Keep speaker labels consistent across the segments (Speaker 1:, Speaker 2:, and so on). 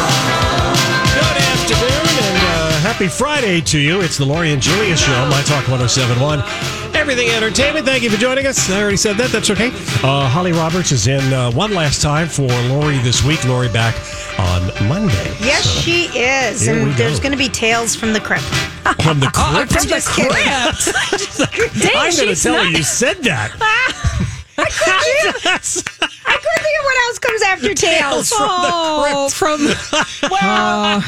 Speaker 1: Good afternoon and uh, happy Friday to you. It's the Lori and Julia Show, My Talk 1071. Everything Entertainment, thank you for joining us. I already said that, that's okay. Uh, Holly Roberts is in uh, one last time for Lori this week. Lori back on Monday.
Speaker 2: Yes,
Speaker 1: So,
Speaker 2: she is.
Speaker 1: Here we
Speaker 2: and
Speaker 1: go.
Speaker 2: there's going to be tales from the crypt.
Speaker 1: From the crypt.
Speaker 2: I'm just kidding.
Speaker 1: I'm going to tell her you said that. Yes.
Speaker 2: I couldn't think of what else comes after tales.
Speaker 1: Tales from the
Speaker 2: oh, from well,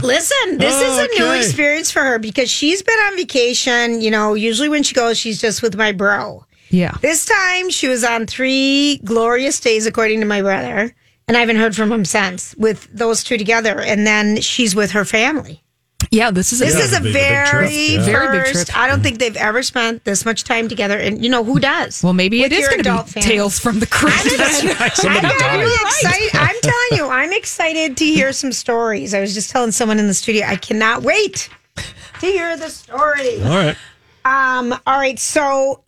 Speaker 2: listen, this is a new
Speaker 1: Okay.
Speaker 2: experience for her because she's been on vacation. You know, usually when she goes, she's just with my bro.
Speaker 3: Yeah.
Speaker 2: This time she was on three glorious days, according to my brother, and I haven't heard from him since. With those two together, and then she's with her family.
Speaker 3: Yeah, this is a
Speaker 2: This
Speaker 1: Yeah,
Speaker 2: is a
Speaker 1: the big- the big trip,
Speaker 2: very
Speaker 1: yeah.
Speaker 3: Very big
Speaker 2: first.
Speaker 3: trip.
Speaker 2: I don't think they've ever spent this much time together, and you know who does?
Speaker 3: Well, maybe it
Speaker 2: With
Speaker 3: is
Speaker 2: your
Speaker 3: going to
Speaker 2: adult
Speaker 3: be
Speaker 2: family.
Speaker 3: Tales from the Crypt. then.
Speaker 1: Somebody
Speaker 2: I'm
Speaker 1: died.
Speaker 2: really excited. I'm telling you, I'm excited to hear some stories. I was just telling someone in the studio, I cannot wait to hear the story.
Speaker 1: All right.
Speaker 2: Um, all right, so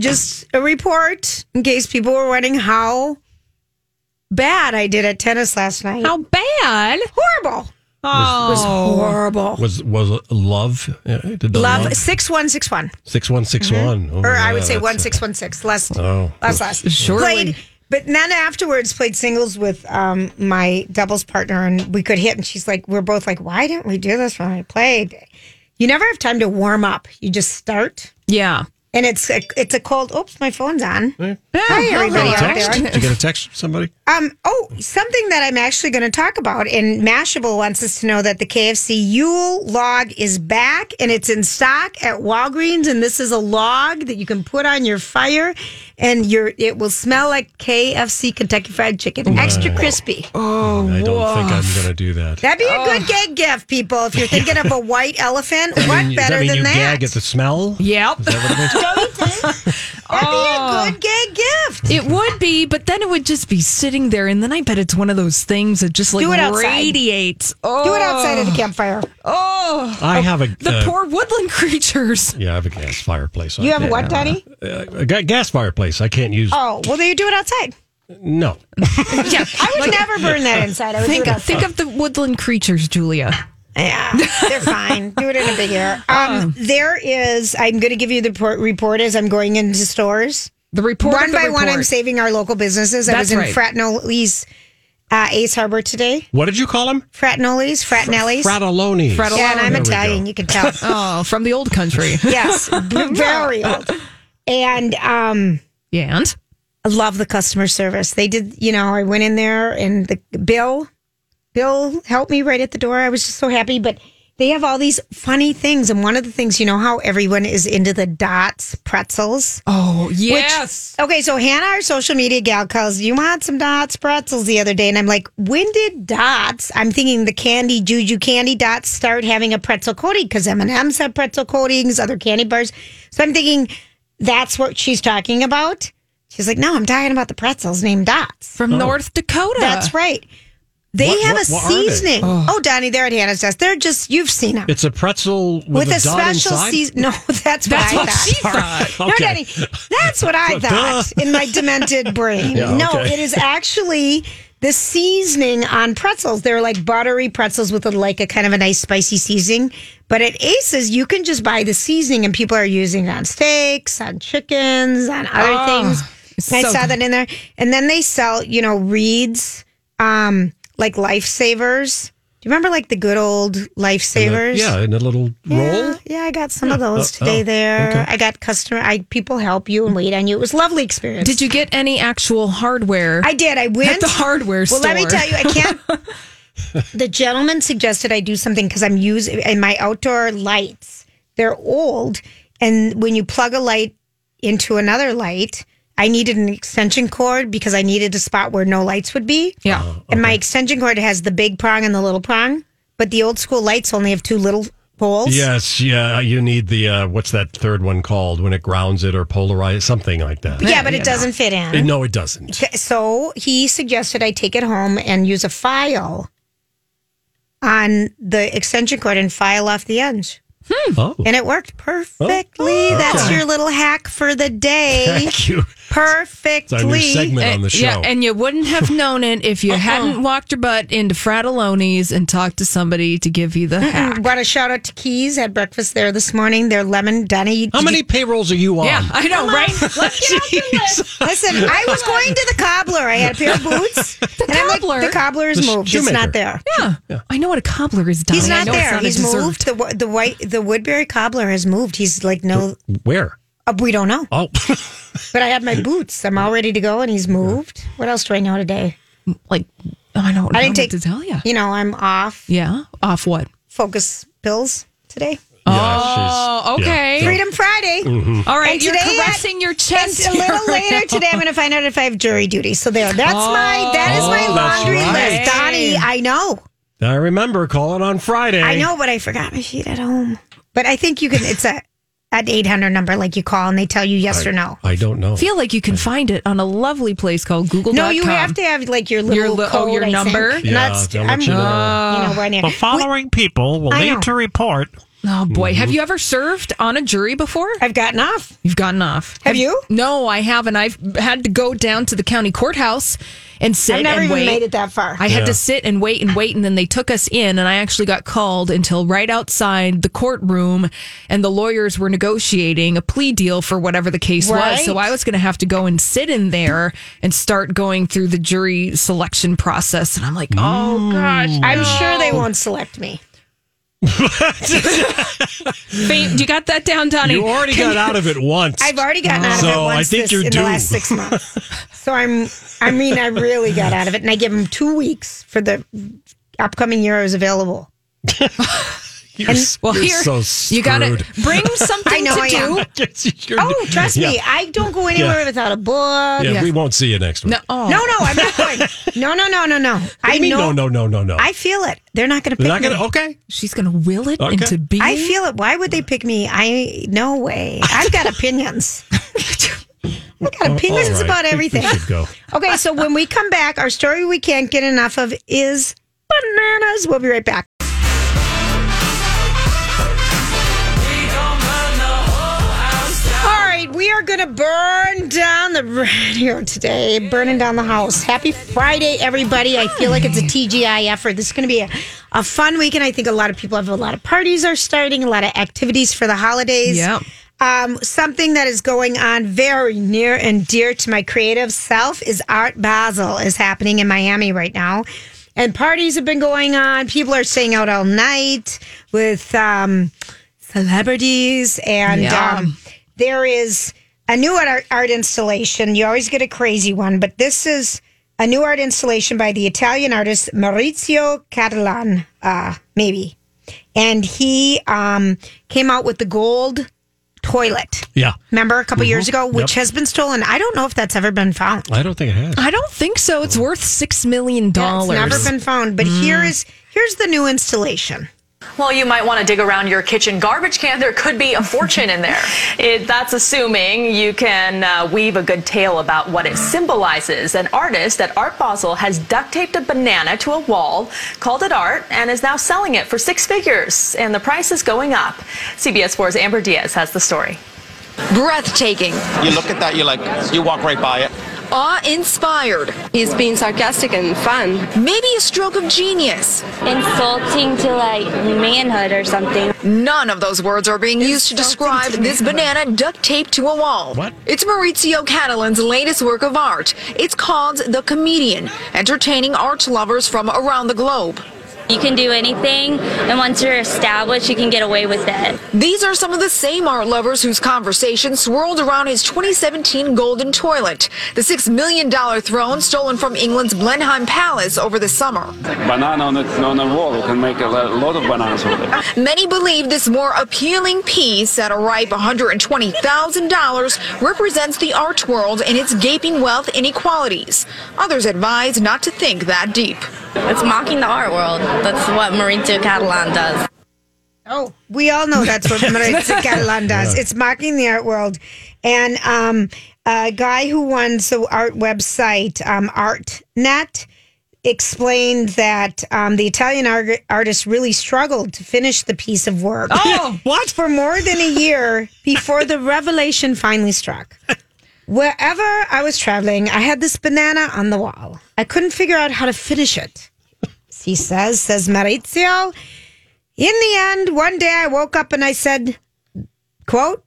Speaker 2: just a report in case people were wondering how bad I did at tennis last night.
Speaker 3: How bad?
Speaker 2: horrible!
Speaker 3: Oh,
Speaker 2: Horrible.
Speaker 1: Was was love? uh, Did the
Speaker 2: Love six one six one.
Speaker 1: six one six one,
Speaker 2: or I would say one six one six less
Speaker 1: Oh.
Speaker 2: less less.
Speaker 3: Surely.
Speaker 2: Played, but then afterwards played singles with um, my doubles partner and we could hit and she's like we're both like why didn't we do this when I played? You never have time to warm up. You just start
Speaker 3: yeah.
Speaker 2: and it's a, it's a cold. Oops, my phone's on. Hi everybody
Speaker 1: Did
Speaker 2: out
Speaker 1: you
Speaker 2: there.
Speaker 1: Did you get a text from somebody?
Speaker 2: Um, oh, something that I'm actually going to talk about, and Mashable wants us to know that the KFC Yule log is back and it's in stock at Walgreens, and this is a log that you can put on your fire, and your it will smell like KFC Kentucky Fried Chicken, extra crispy. Oh,
Speaker 1: I don't think I'm going to do that.
Speaker 2: That'd be a good gag gift, people. If you're thinking of a white elephant,
Speaker 1: I
Speaker 2: what
Speaker 1: mean,
Speaker 2: better
Speaker 1: does that mean
Speaker 2: than
Speaker 1: you
Speaker 2: that?
Speaker 1: gag at the smell?
Speaker 3: Yep.
Speaker 2: That'd be a good gag gift.
Speaker 3: It would be, but then it would just be sitting there, and then I bet it's one of those things that just like
Speaker 2: Do it outside.
Speaker 3: radiates. Oh,
Speaker 2: Do it outside of the campfire.
Speaker 3: Oh,
Speaker 1: I have a
Speaker 3: the
Speaker 1: uh,
Speaker 3: poor woodland creatures.
Speaker 1: Yeah, I have a gas fireplace.
Speaker 2: You have a what, Donnie?
Speaker 1: Uh, a ga- gas fireplace. I can't use.
Speaker 2: Oh, well, then you do it outside.
Speaker 1: No,
Speaker 3: yeah,
Speaker 2: I would never burn that inside. I would
Speaker 3: think
Speaker 2: do it outside.
Speaker 3: think of the woodland creatures, Julia.
Speaker 2: Yeah, they're fine. Do it in a big air. Um, there is. I'm going to give you the report, report as I'm going into stores
Speaker 3: The report
Speaker 2: one
Speaker 3: of the
Speaker 2: by one. I'm
Speaker 3: report.
Speaker 2: saving our local businesses. I
Speaker 3: That's
Speaker 2: was in
Speaker 3: right.
Speaker 2: Fratnoli's, uh, Ace Harbor today.
Speaker 1: what did you call them?
Speaker 2: Fratnoli's, Fratnelli's.
Speaker 1: Fratelloni.
Speaker 3: Fratelloni.
Speaker 2: yeah, and I'm
Speaker 1: There we go.
Speaker 2: Italian. You can tell.
Speaker 3: Oh, from the old country.
Speaker 2: yes, b- very old. And um,
Speaker 3: Yeah, and
Speaker 2: I love the customer service. They did. You know, I went in there and the Bill, Bill helped me right at the door. I was just so happy, but. they have all these funny things. And one of the things, you know how everyone is into the dots pretzels?
Speaker 3: oh yes,
Speaker 2: Okay, so Hannah, our social media gal, calls, you want some dots pretzels the other day. And I'm like, when did dots, I'm thinking the candy, juju candy dots start having a pretzel coating? Because M&M's have pretzel coatings, other candy bars. So I'm thinking that's what she's talking about. She's like, no, I'm talking about the pretzels named dots.
Speaker 1: Oh.
Speaker 3: from North Dakota.
Speaker 2: That's right. They
Speaker 1: Uh. What-
Speaker 2: have
Speaker 1: what-
Speaker 2: a
Speaker 1: what are they?
Speaker 2: seasoning. Oh. Donnie, they're at Hannah's desk. They're just, you've seen them
Speaker 1: It's a pretzel
Speaker 2: with,
Speaker 1: with,
Speaker 2: a,
Speaker 1: dot
Speaker 2: special
Speaker 1: inside?
Speaker 2: season. No, that's what
Speaker 3: That's
Speaker 2: I
Speaker 3: what
Speaker 2: thought.
Speaker 3: she thought.
Speaker 2: No, Danny, that's what I
Speaker 1: Duh.
Speaker 2: thought in my demented brain.
Speaker 1: Yeah,
Speaker 2: no,
Speaker 1: okay.
Speaker 2: it is actually the seasoning on pretzels. They're like buttery pretzels with a, like a kind of a nice spicy seasoning. But at Aces, you can just buy the seasoning, and people are using it on steaks, on chickens, on other
Speaker 1: Ah,
Speaker 3: Oh,
Speaker 2: things.
Speaker 3: it's
Speaker 2: I
Speaker 3: so
Speaker 2: saw that in there, and then they sell you know reeds. Um, like lifesavers. Do you remember like the good old lifesavers?
Speaker 1: Yeah, in a little roll.
Speaker 2: Yeah, yeah, I got some of those
Speaker 1: Oh,
Speaker 2: today
Speaker 1: oh,
Speaker 2: there.
Speaker 1: okay.
Speaker 2: I got customer I people help you and wait on you. It was a lovely experience.
Speaker 3: Did you get any actual hardware?
Speaker 2: I did. I went
Speaker 3: At the hardware
Speaker 2: Well, let me
Speaker 3: store.
Speaker 2: tell you, I can't. the gentleman suggested I do something because I'm using and my outdoor lights. They're old, and when you plug a light into another light, I needed an extension cord because I needed a spot where no lights would be.
Speaker 3: Yeah.
Speaker 1: Uh,
Speaker 2: And my extension cord has the big prong and the little prong, but the old school lights only have two little holes.
Speaker 1: Yes, yeah. You need the uh, what's that third one called when it grounds it or polarizes something like that.
Speaker 2: Yeah, but it doesn't fit in.
Speaker 1: No, it doesn't.
Speaker 2: so he suggested I take it home and use a file on the extension cord and file off the ends.
Speaker 1: Oh,
Speaker 2: And it worked perfectly.
Speaker 1: Oh,
Speaker 2: That's
Speaker 1: okay.
Speaker 2: your little hack for the day.
Speaker 1: thank you. It's our new
Speaker 2: Perfectly.
Speaker 1: segment on the
Speaker 3: And-
Speaker 1: show.
Speaker 3: Eh, Yeah, and you wouldn't have known it if you hadn't walked your butt into Fratelloni's and talked to somebody to give you the hack.
Speaker 2: Want to shout out to Keys. Had breakfast there this morning. Their lemon dunny.
Speaker 1: How many payrolls are you on?
Speaker 3: Yeah, I know, right? Let's get out the list.
Speaker 2: Listen, I was going to the cobbler. I had a pair of boots. the and I'm
Speaker 3: cobbler?
Speaker 2: like, the cobbler
Speaker 1: The
Speaker 2: has moved. It's
Speaker 1: shoemaker.
Speaker 2: not there.
Speaker 3: Yeah. I know what a cobbler is, Donnie.
Speaker 2: He's
Speaker 3: I
Speaker 2: not
Speaker 3: know It's
Speaker 2: there.
Speaker 3: not a
Speaker 2: He's
Speaker 3: dessert.
Speaker 2: moved. The, the white, the Woodbury cobbler has moved. He's like, no,
Speaker 1: Where?
Speaker 2: uh, we don't know.
Speaker 1: Oh,
Speaker 2: But I have my boots. I'm all ready to go, and he's moved. What else do I know today?
Speaker 3: Like, I don't know
Speaker 2: I didn't
Speaker 3: what
Speaker 2: take
Speaker 3: to tell you.
Speaker 2: You know, I'm off
Speaker 3: Yeah. Off what?
Speaker 2: focus pills today.
Speaker 3: Oh, okay.
Speaker 2: Freedom Friday.
Speaker 3: All right.
Speaker 2: And
Speaker 3: Mm-hmm. You're
Speaker 2: today-
Speaker 3: caressing your
Speaker 2: And
Speaker 3: chest.
Speaker 2: a little later today, I'm going to find out if I have jury duty. So there, that's my that is my
Speaker 1: Oh, that's
Speaker 2: laundry
Speaker 1: right.
Speaker 2: list. Donnie, I know,
Speaker 1: I remember. Call it on Friday.
Speaker 2: I know, but I forgot my sheet at home. But I think you can. It's a an 800 number, like you call, and they tell you yes or no.
Speaker 1: I don't know.
Speaker 3: I feel like you can find it on a lovely place called Google.
Speaker 2: No, you have to have like your little
Speaker 3: Your li- oh,
Speaker 2: code,
Speaker 3: your
Speaker 2: I think.
Speaker 3: number?
Speaker 2: And
Speaker 1: Yeah,
Speaker 2: that's-
Speaker 1: they'll let
Speaker 2: I'm,
Speaker 1: you know.
Speaker 2: you know, right
Speaker 4: The
Speaker 2: here.
Speaker 4: following people will
Speaker 2: I
Speaker 4: need
Speaker 2: know.
Speaker 4: to report.
Speaker 3: Oh boy, have you ever served on a jury before?
Speaker 2: I've gotten off.
Speaker 3: You've gotten off.
Speaker 2: Have you?
Speaker 3: No, I haven't. I've had to go down to the county courthouse and sit
Speaker 2: I've never
Speaker 3: and
Speaker 2: even
Speaker 3: wait.
Speaker 2: made it that far.
Speaker 3: I had to sit and wait and wait, and then they took us in, and I actually got called until right outside the courtroom, and the lawyers were negotiating a plea deal for whatever the case was. So
Speaker 2: Right.
Speaker 3: I was going to have to go and sit in there and start going through the jury selection process, and I'm like, oh
Speaker 1: Mm.
Speaker 3: gosh,
Speaker 2: I'm sure they won't select me.
Speaker 3: faint. You got that down, Donnie?
Speaker 1: you already got out of it once.
Speaker 2: I've already gotten out of it
Speaker 1: So I
Speaker 2: once
Speaker 1: think
Speaker 2: this,
Speaker 1: you're
Speaker 2: in
Speaker 1: due.
Speaker 2: the last six months. so I'm, I mean, I really got out of it, and I give him two weeks for the upcoming year I was available.
Speaker 1: You're, s-
Speaker 3: Well,
Speaker 1: you're
Speaker 3: here
Speaker 1: so
Speaker 3: you got to
Speaker 1: screwed.
Speaker 3: bring something
Speaker 2: I know
Speaker 3: to
Speaker 2: I
Speaker 3: do.
Speaker 2: am.
Speaker 1: You're-
Speaker 2: Oh, trust me,
Speaker 1: Yeah.
Speaker 2: I don't go anywhere without a book.
Speaker 1: Yeah, we won't see you next week.
Speaker 3: No, oh.
Speaker 2: No, no, I'm not going. No, no, no, no, no. I
Speaker 1: I mean,
Speaker 2: know.
Speaker 1: no, no, no, no, no.
Speaker 2: I feel it. They're not going to pick
Speaker 1: They're not
Speaker 2: me.
Speaker 1: gonna. Okay.
Speaker 3: she's going to will it
Speaker 1: Okay.
Speaker 3: into being.
Speaker 2: I feel it. Why would they pick me? I no way. I've got opinions. I've got opinions
Speaker 1: Oh, All right.
Speaker 2: about
Speaker 1: I think
Speaker 2: everything.
Speaker 1: We should go.
Speaker 2: Okay, so when we come back, our story we can't get enough of is bananas. We'll be right back. All right, we are going to burn down the radio today, burning down the house. Happy Friday, everybody. I feel like it's a TGIF or this is going to be a, a fun weekend. I think a lot of people have a lot of parties are starting, a lot of activities for the holidays
Speaker 3: Yep.
Speaker 2: um, something that is going on very near and dear to my creative self is Art Basel is happening in Miami right now. And parties have been going on. People are staying out all night with um, celebrities. And
Speaker 3: Yeah.
Speaker 2: um, there is a new art, art installation. You always get a crazy one, but this is a new art installation by the Italian artist Maurizio Catalan, uh, maybe. And he um, came out with the gold toilet.
Speaker 1: Yeah. Mm-hmm.
Speaker 2: Remember a couple years ago, which
Speaker 1: Yep.
Speaker 2: has been stolen. I don't know if that's ever been found.
Speaker 1: I don't think it has.
Speaker 3: I don't think so. It's worth six million
Speaker 2: It's
Speaker 3: dollars.
Speaker 2: never been found. But here
Speaker 1: Mm.
Speaker 2: is here's the new installation.
Speaker 5: Well, you might want to dig around your kitchen garbage can. There could be a fortune in there. It, that's assuming you can uh, weave a good tale about what it symbolizes. An artist at Art Basel has duct taped a banana to a wall, called it art, and is now selling it for six figures. And the price is going up. CBS 4's Amber Diaz has the story.
Speaker 6: breathtaking.
Speaker 7: You look at that, you're like, you walk right by it.
Speaker 4: Awe inspired.
Speaker 6: He's being sarcastic and fun.
Speaker 4: Maybe a stroke of genius.
Speaker 7: Insulting to like manhood or something.
Speaker 4: None of those words are being used to describe this banana duct taped to a wall.
Speaker 1: What?
Speaker 4: It's Maurizio Catalan's latest work of art. It's called The Comedian, entertaining art lovers from around the globe.
Speaker 7: You can do anything, and once you're established, you can get away with it.
Speaker 4: These are some of the same art lovers whose conversation swirled around his 2017 Golden Toilet, the $6 million throne stolen from England's Blenheim Palace over the summer.
Speaker 8: Banana on a, on a wall can make a lot of bananas with it.
Speaker 4: Many believe this more appealing piece at a ripe $120,000 represents the art world and its gaping wealth inequalities. Others advise not to think that deep.
Speaker 7: It's mocking the art world. That's what Maurizio Catalan does.
Speaker 2: Oh, we all know that's what Maurizio Catalan does. It's mocking the art world. And um, a guy who runs the art website, um, ArtNet, explained that um, the Italian ar- artist really struggled to finish the piece of work
Speaker 3: Oh,
Speaker 2: what? for more than a year before the revelation finally struck. Wherever I was traveling, I had this banana on the wall. I couldn't figure out how to finish it. He says, says Maurizio. In the end, one day I woke up and I said, quote,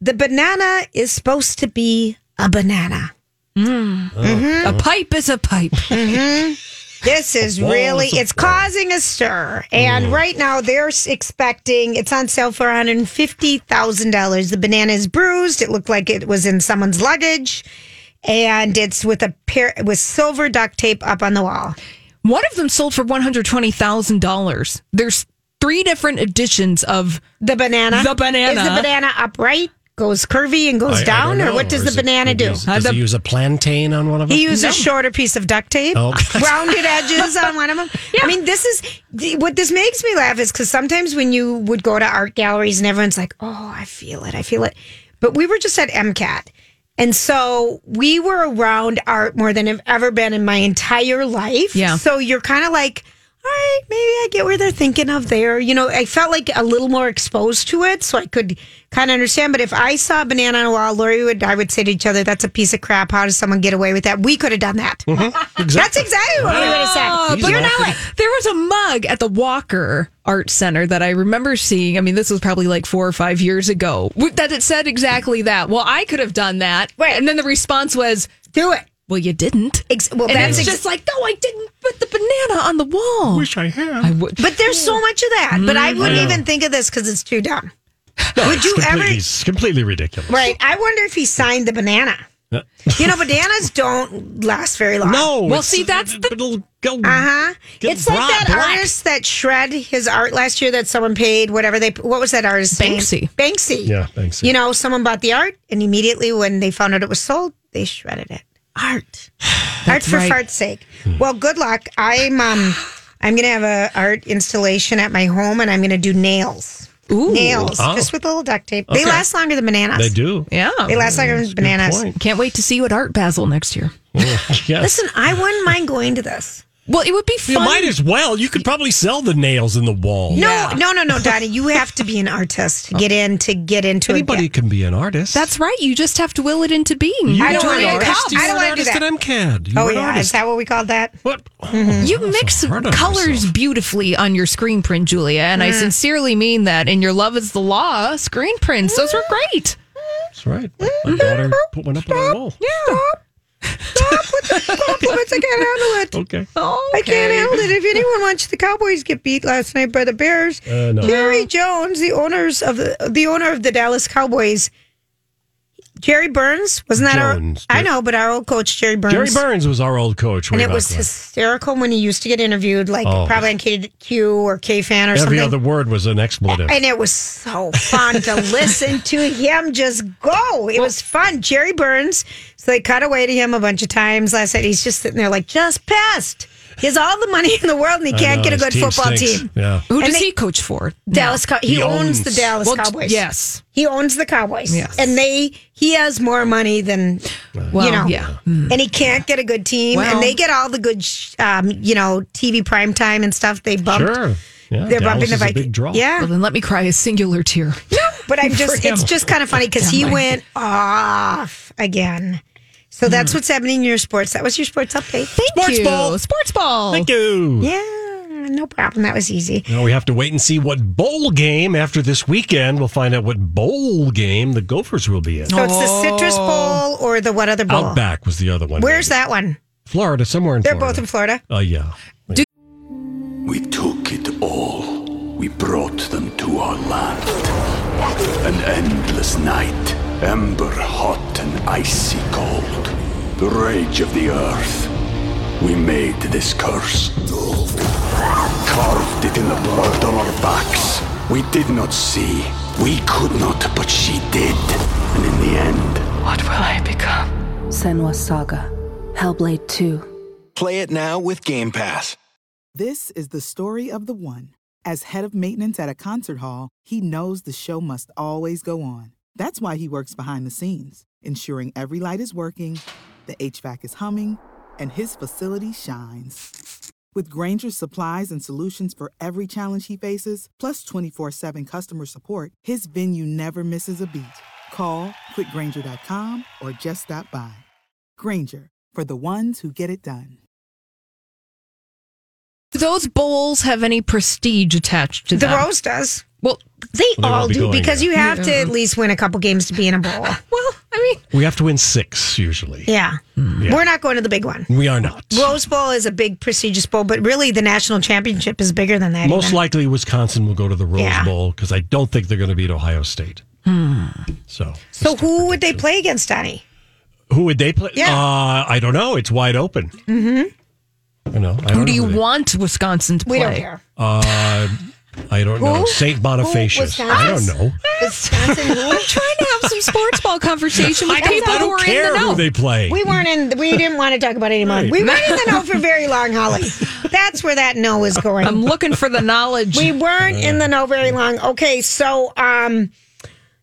Speaker 2: the banana is supposed to be a banana.
Speaker 3: a pipe is a pipe.
Speaker 2: This is
Speaker 1: Walls
Speaker 2: really,
Speaker 1: of- Mm.
Speaker 2: it's causing a stir. And right now they're s- expecting, it's on sale for $150,000. The banana is bruised. It looked like it was in someone's luggage. And it's with a pair, with silver duct tape up on the wall.
Speaker 3: One of them sold for one hundred twenty thousand dollars. There's three different editions of
Speaker 2: The banana.
Speaker 3: The banana.
Speaker 2: Is the banana upright, goes curvy and goes
Speaker 1: I- I
Speaker 2: down?
Speaker 1: don't
Speaker 2: Or
Speaker 1: know.
Speaker 2: what does
Speaker 1: is
Speaker 2: the
Speaker 1: it-
Speaker 2: banana do?
Speaker 1: Does, does he use a plantain on one of them?
Speaker 2: He used a shorter piece of duct tape,
Speaker 1: Oh.
Speaker 2: rounded edges on one of them. I mean, this is the- what this makes me laugh is because sometimes when you would go to art galleries and everyone's like, "Oh, I feel it, I feel it," but we were just at MCAT, and so we were around art more than I've ever been in my entire life.
Speaker 3: Yeah.
Speaker 2: So you're kind of like. All right, maybe I get where they're thinking of there. You know, I felt like a little more exposed to it, so I could kind of understand. But if I saw a banana on a wall, Lori would, I would say to each other, "That's a piece of crap. How does someone get away with that? We could have done that.
Speaker 3: Mm-hmm.
Speaker 2: That's exactly what we would have said.
Speaker 3: Oh,
Speaker 2: you know it.
Speaker 3: There was a mug at the Walker Art Center that I remember seeing. I mean, this was probably like four or five years ago with- that it said exactly that. Well, I could have done that.
Speaker 2: Right.
Speaker 3: And then the response was,
Speaker 2: Do it.
Speaker 3: well, you didn't.
Speaker 2: Ex- well,
Speaker 3: and
Speaker 2: that's
Speaker 3: it's
Speaker 2: ex-
Speaker 3: just like, no, I didn't put the banana on the wall.
Speaker 1: Wish I had.
Speaker 3: I would.
Speaker 2: But there's so much of that. But
Speaker 3: Mm-hmm.
Speaker 2: I wouldn't
Speaker 1: I know.
Speaker 2: even think of this because it's too dumb. would you ever?
Speaker 1: completely, it's completely ridiculous.
Speaker 2: Right. I wonder if he signed the banana.
Speaker 1: Uh,
Speaker 2: You know, bananas don't last very long.
Speaker 1: No.
Speaker 3: Well,
Speaker 1: it's-
Speaker 3: see, that's the-
Speaker 1: it'll go.
Speaker 2: Uh huh.
Speaker 1: Get
Speaker 2: It's like
Speaker 1: bra-
Speaker 2: that
Speaker 1: black.
Speaker 2: artist that shred his art last year that someone paid whatever they what was that artist
Speaker 3: Banksy.
Speaker 2: Banksy.
Speaker 1: Yeah, Banksy.
Speaker 2: You know, someone bought the art and immediately when they found out it was sold, they shredded it. Art. art for
Speaker 3: right.
Speaker 2: fart's sake. Well, good luck. I'm um I'm gonna have a art installation at my home and I'm gonna do nails.
Speaker 3: Ooh.
Speaker 2: Nails.
Speaker 1: Oh.
Speaker 2: Just with a little duct tape. They
Speaker 1: Okay. Oh.
Speaker 2: last longer than bananas.
Speaker 1: They do.
Speaker 3: Yeah.
Speaker 2: They last longer than bananas.
Speaker 1: point.
Speaker 3: Can't wait to see you at Art Basel next year.
Speaker 1: Yes.
Speaker 2: Listen, I wouldn't mind going to this.
Speaker 3: Well, it would be fun.
Speaker 1: you might as well. You could probably sell the nails in the wall.
Speaker 2: No,
Speaker 3: Yeah.
Speaker 2: no, no, no, Donnie. You have to be an artist to get in to get into
Speaker 1: Anybody
Speaker 2: It.
Speaker 1: can be an artist.
Speaker 3: That's right. You just have to will it into being.
Speaker 1: you
Speaker 2: I don't
Speaker 1: were
Speaker 2: wanna
Speaker 1: an
Speaker 2: do
Speaker 1: artist.
Speaker 2: that.
Speaker 1: You
Speaker 2: I don't
Speaker 1: were
Speaker 2: wanna
Speaker 1: an
Speaker 2: do
Speaker 1: artist
Speaker 2: that.
Speaker 1: at MCAD. You
Speaker 2: Oh
Speaker 1: were an
Speaker 2: yeah, Mm-hmm.
Speaker 1: artist.
Speaker 2: is that what we called that?
Speaker 1: What?
Speaker 3: You
Speaker 1: I'm so
Speaker 3: mix
Speaker 1: hard on
Speaker 3: colors
Speaker 1: myself.
Speaker 3: beautifully on your screen print, Julia, and
Speaker 2: Mm.
Speaker 3: I sincerely mean that. In your Love is the Law screen prints, those were great.
Speaker 1: That's right. My daughter put one up on her wall.
Speaker 2: Stop. Stop with the compliments. I can't handle it.
Speaker 1: Okay.
Speaker 3: Oh,
Speaker 2: I can't handle it. If anyone watched the Cowboys get beat last night by the Bears,
Speaker 1: Uh, no.
Speaker 2: Jerry Jones, the owners of the, the owner of the Dallas Cowboys, Jerry Burns wasn't that
Speaker 1: Jones.
Speaker 2: our? I know, but our old coach Jerry Burns.
Speaker 1: Jerry Burns was our old coach.
Speaker 2: And
Speaker 1: way
Speaker 2: it
Speaker 1: back
Speaker 2: was
Speaker 1: when.
Speaker 2: hysterical when he used to get interviewed, like
Speaker 1: Oh.
Speaker 2: probably on KQ or K Fan or
Speaker 1: Every
Speaker 2: something.
Speaker 1: other word was an expletive.
Speaker 2: And it was so fun to listen to him just go. It was fun. Jerry Burns. So they cut away to him a bunch of times last night. He's just sitting there like, just pissed. He has all the money in the world and he
Speaker 1: I
Speaker 2: can't
Speaker 1: know,
Speaker 2: get a
Speaker 1: his
Speaker 2: good
Speaker 1: team
Speaker 2: football
Speaker 1: stinks.
Speaker 2: team.
Speaker 1: Yeah.
Speaker 3: Who
Speaker 2: And
Speaker 3: does
Speaker 2: they-
Speaker 3: he cow- coach for?
Speaker 2: Dallas Cow- he,
Speaker 1: He
Speaker 2: owns, the
Speaker 1: owns.
Speaker 2: Dallas
Speaker 3: Well,
Speaker 2: Cowboys.
Speaker 3: yes.
Speaker 2: He owns the Cowboys.
Speaker 3: Yes.
Speaker 2: And they he has more money than
Speaker 3: Well,
Speaker 2: you know.
Speaker 3: yeah.
Speaker 1: Hmm.
Speaker 2: And he can't get a good team
Speaker 3: Well-
Speaker 2: and they get all the good sh- um, you know, TV primetime and stuff they bumped.
Speaker 1: Sure. Yeah.
Speaker 2: They're
Speaker 1: Dallas
Speaker 2: bumping the
Speaker 1: is a
Speaker 2: Vikings.
Speaker 1: big draw.
Speaker 2: Yeah.
Speaker 3: Well, then let me cry a singular tear.
Speaker 2: But I'm just,
Speaker 1: him.
Speaker 2: it's just kind of funny because he went off again.
Speaker 1: Hmm.
Speaker 2: So that's what's happening in your sports. That was your sports update. Thank
Speaker 3: Sports
Speaker 2: you.
Speaker 3: ball. Sports ball.
Speaker 1: Thank you.
Speaker 2: Yeah, no problem. That was easy.
Speaker 1: Now we have to wait and see what bowl game after this weekend. We'll find out what bowl game the Gophers will be in.
Speaker 2: So Oh, it's the Citrus
Speaker 1: Oh.
Speaker 2: Bowl or the what other bowl?
Speaker 1: Outback was the other one.
Speaker 2: Where's that one?
Speaker 1: Florida, somewhere in
Speaker 2: They're
Speaker 1: Florida.
Speaker 2: both in Florida.
Speaker 1: Oh, yeah.
Speaker 9: We took it all. We brought them to our land. An endless night, ember hot and icy cold. The rage of the earth. We made this curse. Carved it in the blood on our backs. We did not see. We could not, but she did. And in the end,
Speaker 10: What will I become? Senwa Saga, Hellblade 2.
Speaker 11: Play it now with Game Pass.
Speaker 12: This is the story of the one. As head of maintenance at a concert hall, he knows the show must always go on. That's why he works behind the scenes, ensuring every light is working, the HVAC is humming, and his facility shines. With Granger's supplies and solutions for every challenge he faces, plus 24 7 customer support, his venue never misses a beat. Call quickgranger.com or just stop by. Granger, for the ones who get it done.
Speaker 3: Do those bowls have any prestige attached to
Speaker 2: The
Speaker 3: them?
Speaker 2: Rose does.
Speaker 3: Well,
Speaker 2: they
Speaker 1: Well, they
Speaker 2: all
Speaker 1: won't be
Speaker 2: do
Speaker 1: going
Speaker 2: because
Speaker 1: there.
Speaker 2: you have to
Speaker 3: Yeah.
Speaker 2: at least win a couple games to be in a bowl.
Speaker 3: well, I mean,
Speaker 1: We have to win six, usually. Hmm.
Speaker 2: yeah.
Speaker 1: yeah.
Speaker 2: We're not going to the big one.
Speaker 1: We are not.
Speaker 2: Rose Bowl is a big prestigious bowl, but really the national championship is bigger than that.
Speaker 1: Most
Speaker 2: even.
Speaker 1: likely Wisconsin will go to the Rose
Speaker 2: Yeah. Hmm.
Speaker 1: Bowl because I don't think they're going to beat Ohio State. So
Speaker 2: so who would they play against, Donnie?
Speaker 1: who would they play?
Speaker 2: Yeah.
Speaker 1: Uh, I don't know. It's wide open. Mm-hmm. You know, I don't
Speaker 3: who do
Speaker 1: know
Speaker 3: you
Speaker 1: they-
Speaker 3: want Wisconsin to play?
Speaker 2: We don't care.
Speaker 1: Uh, I don't know. St. Bonifacius. I don't
Speaker 2: Wisconsin?
Speaker 1: know.
Speaker 2: Wisconsin. who?
Speaker 3: I'm trying to have some sports ball conversation with
Speaker 1: I don't,
Speaker 3: people
Speaker 1: I
Speaker 3: who
Speaker 1: don't
Speaker 3: are in
Speaker 1: care
Speaker 3: the
Speaker 1: who
Speaker 3: know.
Speaker 1: they play.
Speaker 2: We weren't in. We didn't want to talk about it anymore.
Speaker 1: Right.
Speaker 2: We weren't in the know for very long, Holly. That's where that no is going.
Speaker 3: I'm looking for the knowledge.
Speaker 2: we weren't in the know very long. Okay, so um,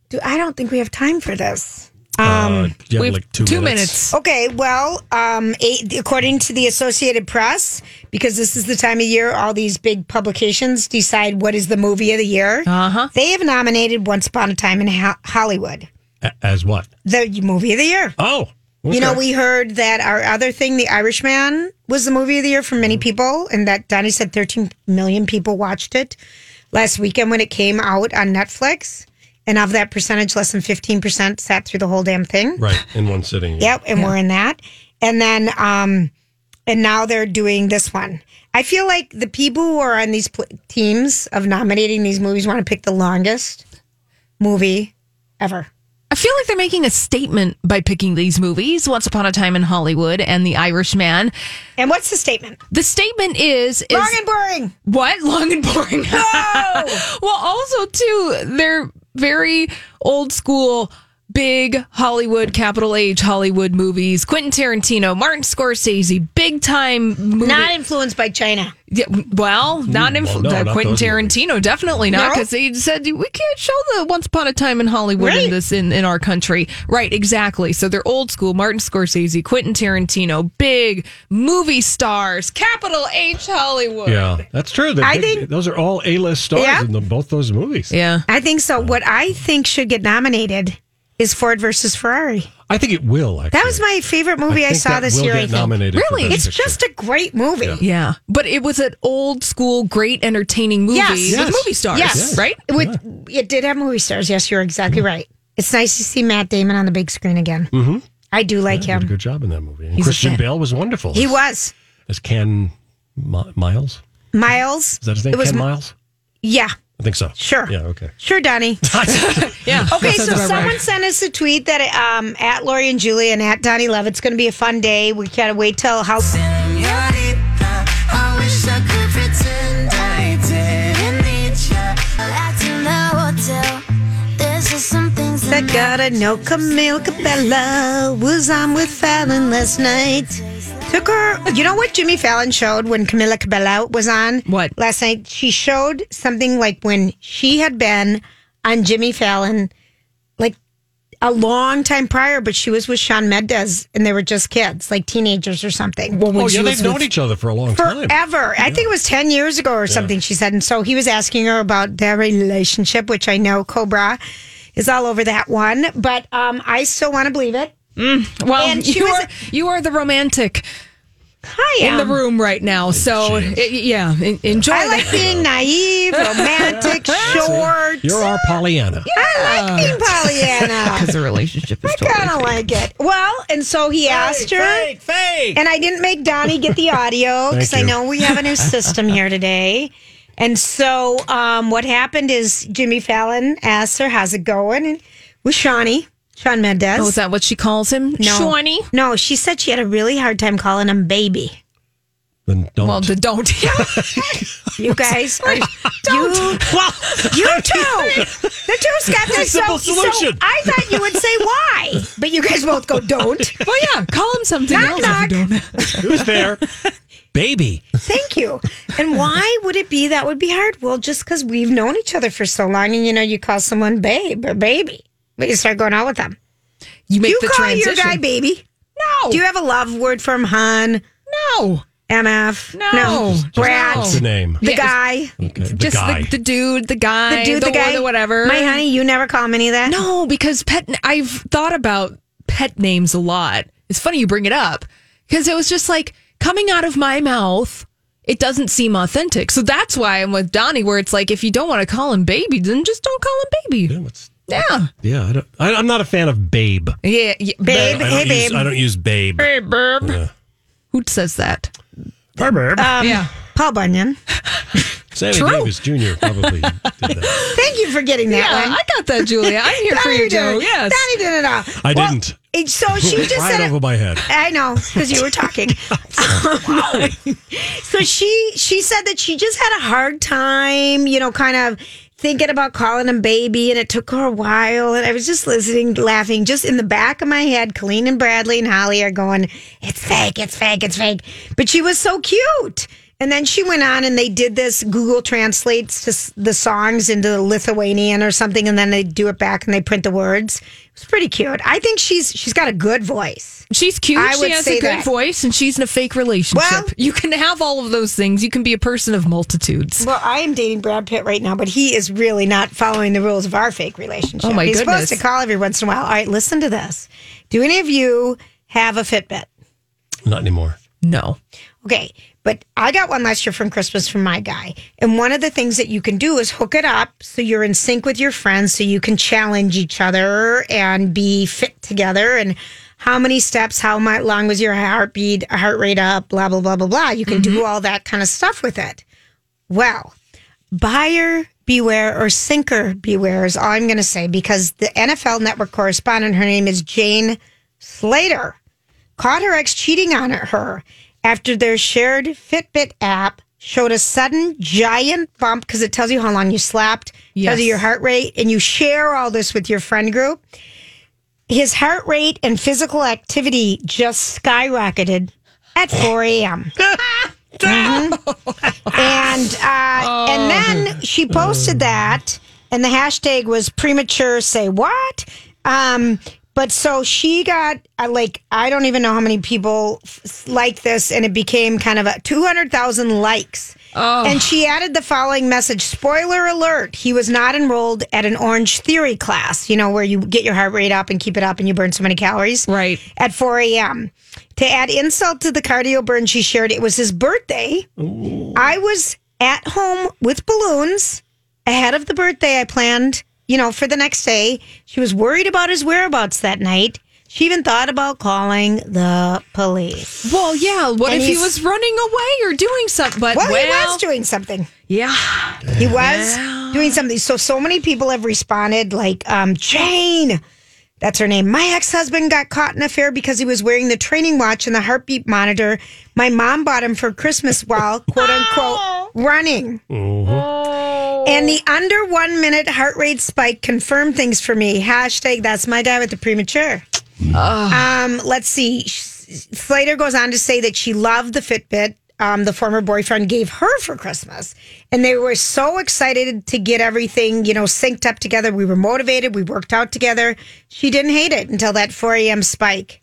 Speaker 2: do I don't think we have time for this.
Speaker 1: uh, you have
Speaker 3: We've-
Speaker 1: like two,
Speaker 3: minutes.
Speaker 2: Okay, well, um, eight, according to the Associated Press, because this is the time of year all these big publications decide what is the movie of the year.
Speaker 3: Uh huh.
Speaker 2: They have nominated Once Upon a Time in Ho- Hollywood,
Speaker 1: A- As what?
Speaker 2: the movie of the year.
Speaker 1: Oh.
Speaker 2: You know,
Speaker 1: okay.
Speaker 2: we heard that our other thing, The Irishman, was the movie of the year for many people, and that Donnie said 13 million people watched it last weekend when it came out on Netflix. And of that percentage, less than 15% sat through the whole damn thing.
Speaker 1: Right, in one sitting.
Speaker 2: Yep, and we're in that. And then, um, and now they're doing this one. I feel like the people who are on these pl- teams of nominating these movies want to pick the longest movie ever.
Speaker 3: I feel like they're making a statement by picking these movies, Once Upon a Time in Hollywood and The Irishman.
Speaker 2: And what's the statement?
Speaker 3: The statement is, is
Speaker 2: Long and boring.
Speaker 3: what? Long and boring.
Speaker 2: No!
Speaker 3: well, also, too, they're very old school, big Hollywood, capital H Hollywood movies. Quentin Tarantino, Martin Scorsese, big time movie.
Speaker 2: Not influenced by China.
Speaker 3: Yeah, well, not in
Speaker 1: Hmm. well, no, not
Speaker 3: Quentin
Speaker 1: those movies.
Speaker 3: Tarantino, definitely not,
Speaker 2: No?
Speaker 3: because they said we can't show the Once Upon a Time in Hollywood
Speaker 2: Right.
Speaker 3: in this in, in our country, right? Exactly. So they're old school. Martin Scorsese, Quentin Tarantino, big movie stars, capital H Hollywood.
Speaker 1: Yeah, that's true. They're
Speaker 2: I
Speaker 1: big-
Speaker 2: think-
Speaker 1: those are all A-list stars
Speaker 2: Yeah.
Speaker 1: in the, both those movies.
Speaker 3: yeah.
Speaker 2: I think so. What I think should get nominated is Ford versus Ferrari.
Speaker 1: I think it will. Actually.
Speaker 2: That was my favorite movie I,
Speaker 1: think
Speaker 2: saw
Speaker 1: that
Speaker 2: this
Speaker 1: will
Speaker 2: year.
Speaker 1: Get
Speaker 2: I think.
Speaker 1: nominated for
Speaker 3: Really?
Speaker 1: Best
Speaker 2: It's
Speaker 1: Picture.
Speaker 2: just a great movie.
Speaker 3: Yeah, but it was an old school, great entertaining movie
Speaker 2: Yes.
Speaker 3: with
Speaker 1: Yes.
Speaker 3: movie stars,
Speaker 2: Yes.
Speaker 3: right?
Speaker 2: It, would- it did have movie stars. Yes, you're exactly
Speaker 1: Mm-hmm.
Speaker 2: right. It's nice to see Matt Damon on the big screen again. Mm-hmm. I do like
Speaker 1: did a
Speaker 2: him.
Speaker 1: good job in that movie. And
Speaker 3: He's a
Speaker 1: Christian
Speaker 3: fan.
Speaker 1: Bale was wonderful.
Speaker 2: He
Speaker 1: as,
Speaker 2: was
Speaker 1: as Ken Mi- Miles.
Speaker 2: Miles.
Speaker 1: Is that his name?
Speaker 2: It was
Speaker 1: Ken
Speaker 2: Mi-
Speaker 1: Miles.
Speaker 2: Yeah,
Speaker 1: I think so.
Speaker 2: Sure.
Speaker 1: Yeah. Okay.
Speaker 2: sure, Donnie.
Speaker 3: Yeah.
Speaker 2: Okay,
Speaker 3: That sounds
Speaker 2: so
Speaker 3: about
Speaker 2: someone
Speaker 3: right.
Speaker 2: sent us a tweet that um, at Lori and Julie and at Donnie Love, it's going to be a fun day. We gotta wait till how. I gotta know Camille Cabello was on with Fallon last night. Took her. You know what Jimmy Fallon showed when Camila Cabello was on?
Speaker 3: What?
Speaker 2: Last night, she showed something like when she had been on Jimmy Fallon, like a long time prior, but she was with Sean Mendes and they were just kids, like teenagers or something.
Speaker 3: Well, when
Speaker 1: oh
Speaker 3: she
Speaker 1: yeah,
Speaker 3: was
Speaker 1: they've known
Speaker 3: with-
Speaker 1: each other for a long time.
Speaker 2: Forever. I think it was 10 years ago or something, she said. And so he was asking her about their relationship, which I know Cobra is all over that one. But um, I still want to believe it.
Speaker 3: Mm, well,
Speaker 2: And she
Speaker 3: you
Speaker 2: was-
Speaker 3: are you are the romantic.
Speaker 2: I
Speaker 3: in the
Speaker 2: am.
Speaker 3: room right now. So it, yeah, en- enjoy.
Speaker 2: um, I like being naive, romantic, short.
Speaker 1: You're our Pollyanna.
Speaker 2: I like being Pollyanna.
Speaker 3: because the relationship is
Speaker 2: I kind of like it. Well, and so he asked her.
Speaker 1: Fake, fake.
Speaker 2: And I didn't make Donnie get the audio because
Speaker 1: Thank
Speaker 2: I
Speaker 1: you.
Speaker 2: know we have a new system here today. And so um, what happened is Jimmy Fallon asked her, How's it going? And with Shawnee, Sean Mendez.
Speaker 3: Oh, is that what she calls him?
Speaker 2: no,
Speaker 3: Shawnee.
Speaker 2: No, she said she had a really hard time calling him baby.
Speaker 1: Then don't.
Speaker 3: Well, the don't.
Speaker 2: You guys are. You,
Speaker 1: well,
Speaker 2: you too. The two's got
Speaker 1: It's a
Speaker 2: this.
Speaker 1: simple
Speaker 2: so,
Speaker 1: solution.
Speaker 2: So I thought you would say why, but you guys both go don't.
Speaker 3: well, yeah, call him something
Speaker 2: Knock,
Speaker 3: else.
Speaker 2: knock.
Speaker 3: If you don't.
Speaker 1: It was fair. Baby.
Speaker 2: Thank you. And why would it be that would be hard? Well, just because we've known each other for so long, and you know, you call someone babe or baby, but you start going out with them.
Speaker 3: You make
Speaker 2: you
Speaker 3: the
Speaker 2: call
Speaker 3: transition.
Speaker 2: your guy baby.
Speaker 3: No,
Speaker 2: Do you have a love word from hon?
Speaker 3: no,
Speaker 2: MF?
Speaker 3: No. Just-
Speaker 2: Brat?
Speaker 1: What's the name?
Speaker 2: The
Speaker 3: Yeah.
Speaker 2: guy?
Speaker 1: Okay, the
Speaker 3: Oh. just
Speaker 1: guy.
Speaker 3: The, the dude, the guy,
Speaker 2: The dude? The,
Speaker 3: the
Speaker 2: guy?
Speaker 3: one, whatever.
Speaker 2: My honey, you never call him any of that?
Speaker 3: No, because pet. I've thought about pet names a lot. It's funny you bring it up because it was just like coming out of my mouth. It doesn't seem authentic, so that's why I'm with Donnie. Where it's like, if you don't want to call him baby, then just don't call him
Speaker 1: Yeah,
Speaker 3: baby.
Speaker 1: what's-
Speaker 3: Yeah,
Speaker 1: yeah, I don't, I, I'm not a fan of babe.
Speaker 3: yeah, yeah.
Speaker 2: Babe,
Speaker 1: I don't
Speaker 2: hey,
Speaker 1: use,
Speaker 2: babe.
Speaker 1: I don't use babe.
Speaker 3: Hey, burb.
Speaker 1: Yeah.
Speaker 3: Who says that?
Speaker 1: Hey, babe.
Speaker 2: Um,
Speaker 3: yeah.
Speaker 2: Paul Bunyan.
Speaker 1: Sammy
Speaker 3: Uh, true.
Speaker 1: Davis Jr. probably did that.
Speaker 2: Thank you for getting that
Speaker 3: Yeah,
Speaker 2: one.
Speaker 3: I got that, Julia. I'm here for
Speaker 2: Donnie
Speaker 3: you,
Speaker 2: did
Speaker 3: Joe.
Speaker 2: it.
Speaker 3: Yes.
Speaker 2: Donnie did it all.
Speaker 1: I didn't.
Speaker 2: it- so Oh, she just
Speaker 1: right
Speaker 2: said it-
Speaker 1: over my head.
Speaker 2: I know because you were talking. Um, so she she said that she just had a hard time, you know, kind of thinking about calling him baby, and it took her a while. And I was just listening, laughing, just in the back of my head. Colleen and Bradley and Holly are going, "It's fake, it's fake, it's fake," but she was so cute. And then she went on and they did this Google translates to s- the songs into Lithuanian or something and then they do it back and they print the words. It was pretty cute. I think she's she's got a good voice.
Speaker 3: She's cute.
Speaker 2: I
Speaker 3: she
Speaker 2: would
Speaker 3: has
Speaker 2: say
Speaker 3: a good
Speaker 2: that.
Speaker 3: voice, and she's in a fake relationship.
Speaker 2: Well-
Speaker 3: you can have all of those things. You can be a person of multitudes.
Speaker 2: Well, I am dating Brad Pitt right now, but he is really not following the rules of our fake relationship.
Speaker 3: Oh, my
Speaker 2: He's
Speaker 3: goodness.
Speaker 2: supposed to call every once in a while. All right, listen to this. Do any of you have a Fitbit?
Speaker 1: Not anymore.
Speaker 3: No.
Speaker 2: Okay, but I got one last year from Christmas from my guy. And one of the things that you can do is hook it up so you're in sync with your friends so you can challenge each other and be fit together and how many steps, how mu- long was your heartbeat, heart rate up, blah, blah, blah, blah, blah. You can
Speaker 3: Mm-hmm.
Speaker 2: do all that kind of stuff with it. Well, buyer beware or sinker beware is all I'm going to say because the NFL network correspondent, her name is Jane Slater, caught her ex cheating on her after their shared Fitbit app showed a sudden giant bump because it tells you how long you slept, tells you
Speaker 3: Yes.
Speaker 2: your heart rate, and you share all this with your friend group. His heart rate and physical activity just skyrocketed at 4 a.m. Mm-hmm. and uh, and then she posted that, and the hashtag was premature. Say what? Um, but so she got uh, like I don't even know how many people f- like this, and it became kind of a two hundred thousand likes. And she added the following message Spoiler alert, he was not enrolled at an Orange Theory class, you know, where you get your heart rate up and keep it up and you burn so many calories.
Speaker 3: Right.
Speaker 2: At 4 a.m. To add insult to the cardio burn she shared, it was his birthday. I was at home with balloons ahead of the birthday I planned, you know, for the next day. She was worried about his whereabouts that night. She even thought about calling the police.
Speaker 3: Well, yeah. What
Speaker 2: And
Speaker 3: if he
Speaker 2: he's-
Speaker 3: was running away or doing something? But
Speaker 2: Well,
Speaker 3: Uh, well,
Speaker 2: he was doing something.
Speaker 3: yeah.
Speaker 2: He was doing something. So so many people have responded like um Jane. That's her name. My ex-husband got caught in an affair because he was wearing the training watch and the heartbeat monitor. My mom bought him for Christmas while quote unquote running. And the under one minute heart rate spike confirmed things for me. Hashtag that's my guy with the premature. Um, let's see. Slater goes on to say that she loved the Fitbit um, the former boyfriend gave her for Christmas. And they were so excited to get everything, you know, synced up together. We were motivated. We worked out together. She didn't hate it until that 4 a.m. spike.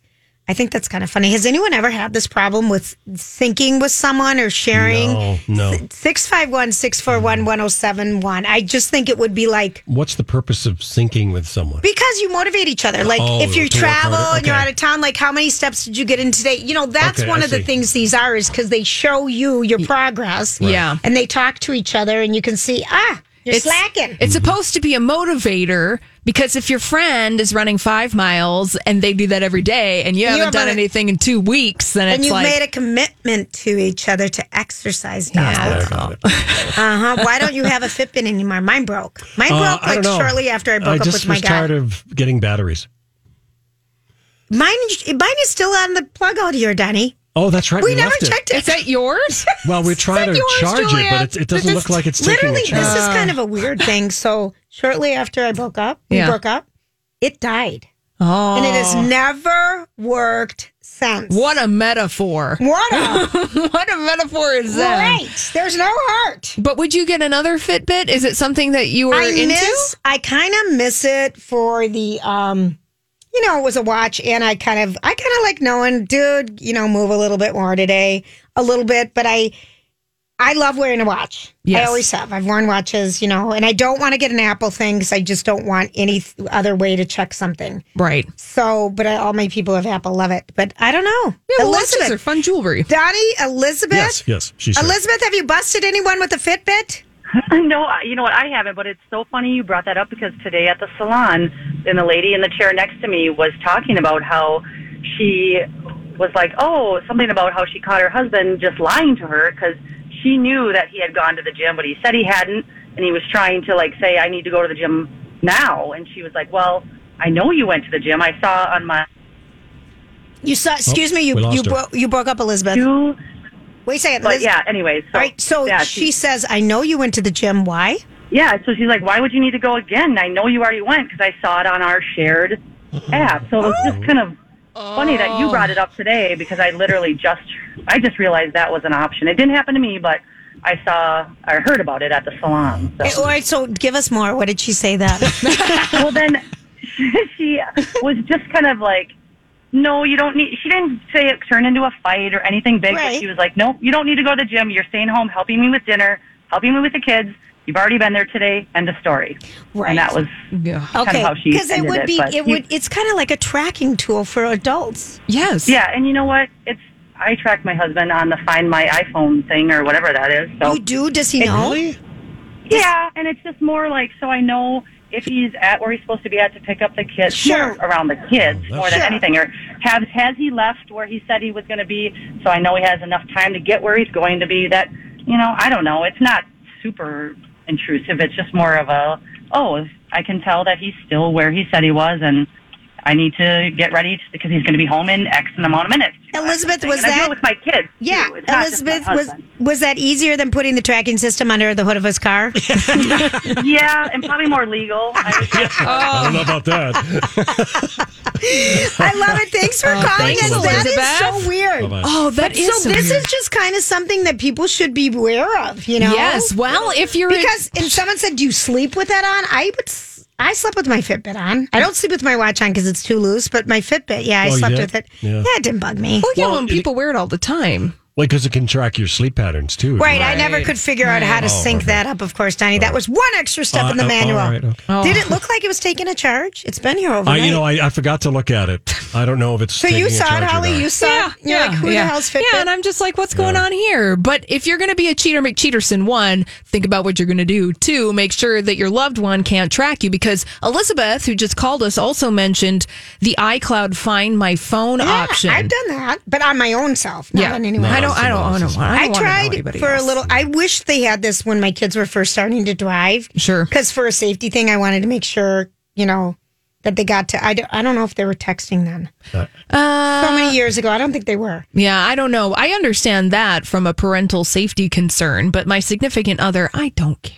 Speaker 2: I think that's kind of funny. Has anyone ever had this problem with thinking with someone or sharing?
Speaker 1: No, no.
Speaker 2: 651 641 1071. I just think it would be like,
Speaker 1: What's the purpose of syncing with someone?
Speaker 2: because you motivate each other. Like
Speaker 1: Oh,
Speaker 2: if you
Speaker 1: to work harder.
Speaker 2: travel and you're
Speaker 1: Okay.
Speaker 2: out of town, like how many steps did you get in today? You know, that's
Speaker 1: Okay,
Speaker 2: one
Speaker 1: I
Speaker 2: of
Speaker 1: see.
Speaker 2: the things these are is because they show you your progress.
Speaker 3: Right. Yeah.
Speaker 2: And they talk to each other and you can see, ah, you're
Speaker 3: It's-
Speaker 2: slacking.
Speaker 3: It's supposed to be a motivator because if your friend is running five miles and they do that every day and you,
Speaker 2: You
Speaker 3: haven't
Speaker 2: haven't
Speaker 3: done
Speaker 2: done it.
Speaker 3: anything in two weeks, then
Speaker 2: and
Speaker 3: it's
Speaker 2: you've
Speaker 3: like,
Speaker 2: made a commitment to each other to exercise, Donald.
Speaker 1: got it.
Speaker 2: Uh huh. Why don't you have a Fitbit anymore? Mine broke. Mine
Speaker 1: Uh,
Speaker 2: broke
Speaker 1: I
Speaker 2: like
Speaker 1: don't know.
Speaker 2: shortly after I broke up
Speaker 1: just
Speaker 2: with my
Speaker 1: was
Speaker 2: guy.
Speaker 1: tired of getting batteries.
Speaker 2: Mine, mine is still on the plug out here, Donnie.
Speaker 1: Oh, that's right.
Speaker 2: we,
Speaker 1: We,
Speaker 2: never
Speaker 1: left it.
Speaker 2: checked it.
Speaker 3: is that yours?
Speaker 1: Well, we're trying to
Speaker 3: that yours,
Speaker 1: charge it,
Speaker 3: Julia?
Speaker 1: but it, it doesn't
Speaker 3: This-
Speaker 1: look like it's taking a
Speaker 2: Literally,
Speaker 1: charge.
Speaker 2: this is kind of a weird thing. So shortly after I broke up, we
Speaker 3: Yeah.
Speaker 2: broke up. It died,
Speaker 3: Oh.
Speaker 2: and it has never worked since.
Speaker 3: What a metaphor.
Speaker 2: What a
Speaker 3: what a metaphor is that?
Speaker 2: great! There's no heart.
Speaker 3: But would you get another Fitbit? Is it something that you were
Speaker 2: I
Speaker 3: into?
Speaker 2: miss. I kind of miss it for the um. You know, it was a watch, and I kind of, I kind of like knowing, dude. You know, move a little bit more today, a little bit, but I, I love wearing a watch. I
Speaker 3: Yes.
Speaker 2: always have. I've worn watches, you know, and I don't want to get an Apple thing because I just don't want any th- other way to check something.
Speaker 3: Right.
Speaker 2: So, but I, all my people have Apple, love it. But I don't know.
Speaker 3: Yeah, well, watches are
Speaker 2: Elizabeth,
Speaker 3: fun jewelry.
Speaker 2: Donnie, Elizabeth,
Speaker 1: yes, yes. She's here.
Speaker 2: Elizabeth, have you busted anyone with a Fitbit?
Speaker 13: No, I- you know what? I haven't, but it's so funny you brought that up because today at the salon, then the lady in the chair next to me was talking about how she was like, oh, something about how she caught her husband just lying to her because she knew that he had gone to the gym, but he said he hadn't, and he was trying to like say, I need to go to the gym now, and she was like, well, I know you went to the gym. I saw on my
Speaker 2: You saw. Excuse me. You
Speaker 13: Oh, we lost
Speaker 2: you
Speaker 13: her.
Speaker 2: bro- you broke up, Elizabeth.
Speaker 13: You,
Speaker 2: Wait a second.
Speaker 13: but
Speaker 2: Liz-
Speaker 13: yeah. Anyways, so,
Speaker 2: All right. So
Speaker 13: yeah,
Speaker 2: she, says, "I know you went to the gym. Why?"
Speaker 13: Yeah, so she's like, "Why would you need to go again? I know you already went because I saw it on our shared app." So it was just kind of funny that you brought it up today because I literally just I just realized that was an option. It didn't happen to me, but um, I saw or heard about it at the salon.
Speaker 2: Eh, All right. So give us more. What did she say that?
Speaker 13: well, then she was just kind of like, "No, you don't need." She didn't say it turned into a fight or anything big. But
Speaker 2: Right.
Speaker 13: she was like, "No, you don't need to go to the gym. You're staying home, helping me with dinner, helping me with the kids. You've already been there today." End of story.
Speaker 2: Right.
Speaker 13: And that was
Speaker 3: Yeah.
Speaker 13: kind of how she
Speaker 2: Because it
Speaker 13: ended
Speaker 2: would be.
Speaker 13: but
Speaker 2: It
Speaker 13: you-
Speaker 2: would. It's kind of like a tracking tool for adults.
Speaker 3: Yes.
Speaker 13: Yeah, and you know what? It's I track my husband on the Find My iPhone thing or whatever that is. So
Speaker 2: You do? Does he know?
Speaker 13: yeah, and it's just more like so I know if he's at where he's supposed to be at to pick up the kids, more
Speaker 2: Sure.
Speaker 13: around the kids
Speaker 1: Oh,
Speaker 13: more
Speaker 1: that's-
Speaker 13: than
Speaker 1: Sure.
Speaker 13: anything, or has has he left where he said he was going to be? So I know he has enough time to get where he's going to be. That you know, I don't know. It's not super intrusive. It's just more of a oh, I can tell that he's still where he said he was, and I need to get ready because he's going to be home in X amount of minutes. you know,
Speaker 2: Elizabeth,
Speaker 13: kind of thing.
Speaker 2: was
Speaker 13: and I deal
Speaker 2: that-
Speaker 13: with my kids? too.
Speaker 2: Yeah,
Speaker 13: It's not just my
Speaker 2: Elizabeth was
Speaker 13: husband.
Speaker 2: was that easier than putting the tracking system under the hood of his car?
Speaker 13: yeah, and probably more legal. I would say.
Speaker 1: I don't know about that.
Speaker 2: I love it. Thanks for
Speaker 13: Oh,
Speaker 2: calling
Speaker 3: thanks,
Speaker 2: us. That is
Speaker 3: Elizabeth.
Speaker 2: so weird.
Speaker 1: Bye-bye.
Speaker 3: Oh, that is
Speaker 2: so this is just kind of something that people should be aware of, you know?
Speaker 3: Yes. Well, if you're
Speaker 2: because if someone said, "Do you sleep with that on?" I would. s- I slept with my Fitbit on. I don't sleep with my watch on because it's too loose, but my Fitbit, yeah, I
Speaker 1: Oh, you
Speaker 2: slept
Speaker 1: did?
Speaker 2: with it.
Speaker 1: Yeah.
Speaker 2: Yeah. it didn't bug me.
Speaker 3: well, yeah,
Speaker 1: Well,
Speaker 3: when
Speaker 1: it-
Speaker 3: people wear it all the time.
Speaker 1: Well, because it can track your sleep patterns too.
Speaker 2: Right, I never could figure out how to
Speaker 1: Oh,
Speaker 2: sync
Speaker 1: okay.
Speaker 2: that up. Of course, Donnie, that was one extra step
Speaker 1: Uh,
Speaker 2: in the
Speaker 1: uh, all
Speaker 2: manual.
Speaker 1: right, okay.
Speaker 3: Oh.
Speaker 2: Did it look like it was taking a charge? It's been here
Speaker 1: I,
Speaker 2: overnight.
Speaker 1: you know, I, I forgot to look at it. I don't know if it's.
Speaker 2: so you
Speaker 1: taking a
Speaker 2: saw it,
Speaker 1: charge or
Speaker 2: Holly.
Speaker 1: not.
Speaker 2: You saw. it? You're like, who the hell's Fitbit?
Speaker 3: Yeah, and I'm just like, what's going on here? But if you're going to be a cheater McCheaterson, one, think about what you're going to do. Two, make sure that your loved one can't track you because Elizabeth, who just called us, also mentioned the iCloud Find My Phone
Speaker 2: Yeah,
Speaker 3: option.
Speaker 2: I've done that, but on my own self, not
Speaker 3: yeah,
Speaker 2: on anyone. else.
Speaker 3: I don't, I don't, I don't, I
Speaker 2: I
Speaker 3: don't wanna know
Speaker 2: tried
Speaker 3: anybody
Speaker 2: for
Speaker 3: else.
Speaker 2: a little. I wish they had this when my kids were first starting to drive.
Speaker 3: Sure.
Speaker 2: Because for a safety thing, I wanted to make sure, you know, that they got to. I don't, I don't know if they were texting then.
Speaker 3: Uh,
Speaker 2: So many years ago. I don't think they were.
Speaker 3: yeah, I don't know. I understand that from a parental safety concern, but my significant other, I don't care.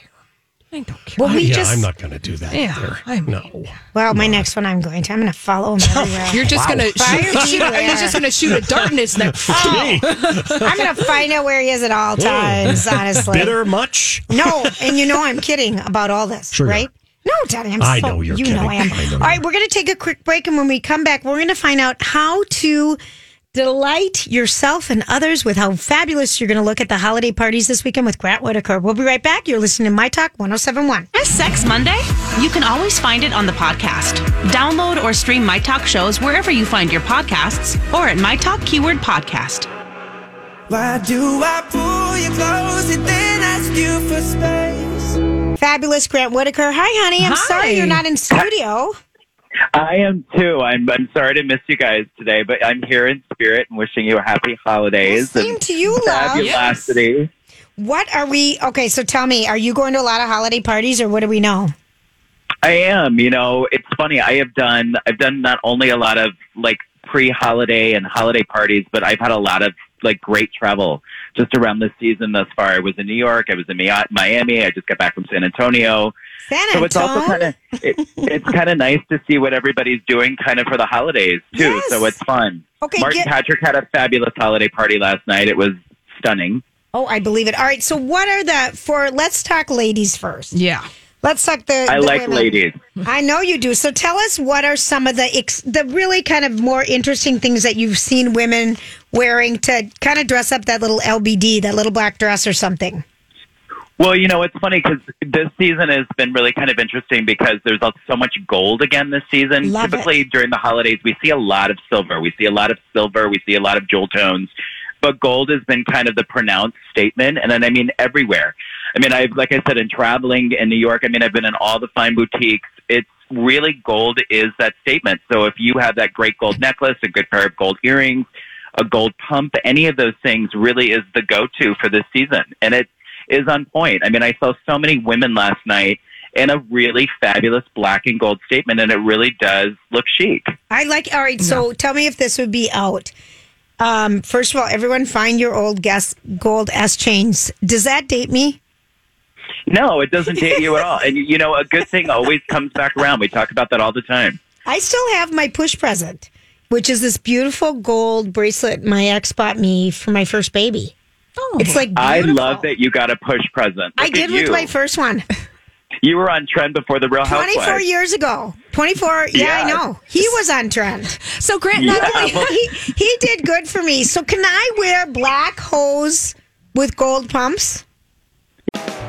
Speaker 3: I don't care.
Speaker 2: Well, we
Speaker 1: yeah,
Speaker 2: just.
Speaker 1: I'm not going to do that.
Speaker 3: Yeah,
Speaker 1: either.
Speaker 3: I mean-
Speaker 1: no.
Speaker 2: well, my next one, I'm going to. I'm going to follow them everywhere.
Speaker 3: You're just gonna
Speaker 2: Fire
Speaker 3: shoot, shoot, are you
Speaker 2: everywhere.
Speaker 3: just gonna shoot a dart in his neck?
Speaker 2: oh. I'm going to find out where he is at all times. Honestly.
Speaker 1: Bitter much?
Speaker 2: No, and you know I'm kidding about all this,
Speaker 1: Sure you
Speaker 2: right? No, Daddy, I'm
Speaker 1: I
Speaker 2: so,
Speaker 1: know you're
Speaker 2: you know
Speaker 1: kidding.
Speaker 2: I am.
Speaker 1: I know
Speaker 2: All right, we're going to take a quick break, and when we come back, we're going to find out how to delight yourself and others with how fabulous you're going to look at the holiday parties this weekend with Grant Whitaker. We'll be right back. You're listening to My Talk 1071.
Speaker 14: Have Sex Monday? You can always find it on the podcast. Download or stream My Talk shows wherever you find your podcasts or at My Talk Keyword Podcast.
Speaker 15: Why do I pull you close and then ask you for space?
Speaker 2: Fabulous Grant Whitaker. Hi, honey. I'm
Speaker 15: Hi.
Speaker 2: sorry you're not in studio.
Speaker 16: I am too. I'm I'm sorry to miss you guys today, but I'm here in spirit and wishing you a happy holidays.
Speaker 2: Well, same
Speaker 16: and
Speaker 2: to you, love. Yes.
Speaker 16: Fabulosity.
Speaker 2: What are we? Okay, so tell me, are you going to a lot of holiday parties, or what do we know?
Speaker 16: I am. You know, it's funny. I have done. I've done not only a lot of like pre-holiday and holiday parties, but I've had a lot of like great travel just around this season thus far. I was in New York. I was in Mi- Miami. I just got back from San Antonio.
Speaker 2: San
Speaker 16: so it's also kind of it, it's kind of nice to see what everybody's doing kind of for the holidays too.
Speaker 2: Yes.
Speaker 16: So it's fun.
Speaker 2: Okay,
Speaker 16: Martin
Speaker 2: get-
Speaker 16: Patrick had a fabulous holiday party last night. It was stunning.
Speaker 2: Oh, I believe it. All right, so what are the for? Let's talk ladies first.
Speaker 3: Yeah,
Speaker 2: let's talk the.
Speaker 16: I
Speaker 2: the
Speaker 16: like
Speaker 2: women.
Speaker 16: ladies.
Speaker 2: I know you do. So tell us what are some of the ex- the really kind of more interesting things that you've seen women wearing to kind of dress up that little LBD, that little black dress or something.
Speaker 16: Well, you know, it's funny because this season has been really kind of interesting because there's uh, so much gold again this season.
Speaker 17: Love it.
Speaker 16: Typically during the holidays, we see a lot of silver. We see a lot of silver. We see a lot of jewel tones. But gold has been kind of the pronounced statement. And then, I mean, everywhere. I mean, I've, like I said, in traveling in New York, I mean, I've been in all the fine boutiques. It's really gold is that statement. So if you have that great gold necklace, a good pair of gold earrings, a gold pump, any of those things really is the go to for this season. And it is on point. I mean, I saw so many women last night in a really fabulous black and gold statement, and it really does look chic.
Speaker 2: I like. All right, so tell me if this would be out. Um, first of all, everyone find your old gas, gold S chains. Does that date me?
Speaker 16: No, it doesn't date you at all. And, you know, a good thing always comes back around. We talk about that all the time.
Speaker 2: I still have my push present, which is this beautiful gold bracelet my ex bought me for my first baby. Oh, it's like
Speaker 16: I
Speaker 2: beautiful.
Speaker 16: love that you got a push present.
Speaker 2: I
Speaker 16: Look
Speaker 2: did
Speaker 16: at
Speaker 2: with
Speaker 16: you.
Speaker 2: my first one.
Speaker 16: You were on trend before the Real
Speaker 2: 24
Speaker 16: Housewives.
Speaker 2: years ago. 24. Yeah, I
Speaker 16: Yes.
Speaker 2: know. He was on trend.
Speaker 3: So Grant,
Speaker 2: not
Speaker 16: Yeah,
Speaker 2: only-
Speaker 16: well-
Speaker 2: he, he did good for me. So can I wear black hose with gold pumps?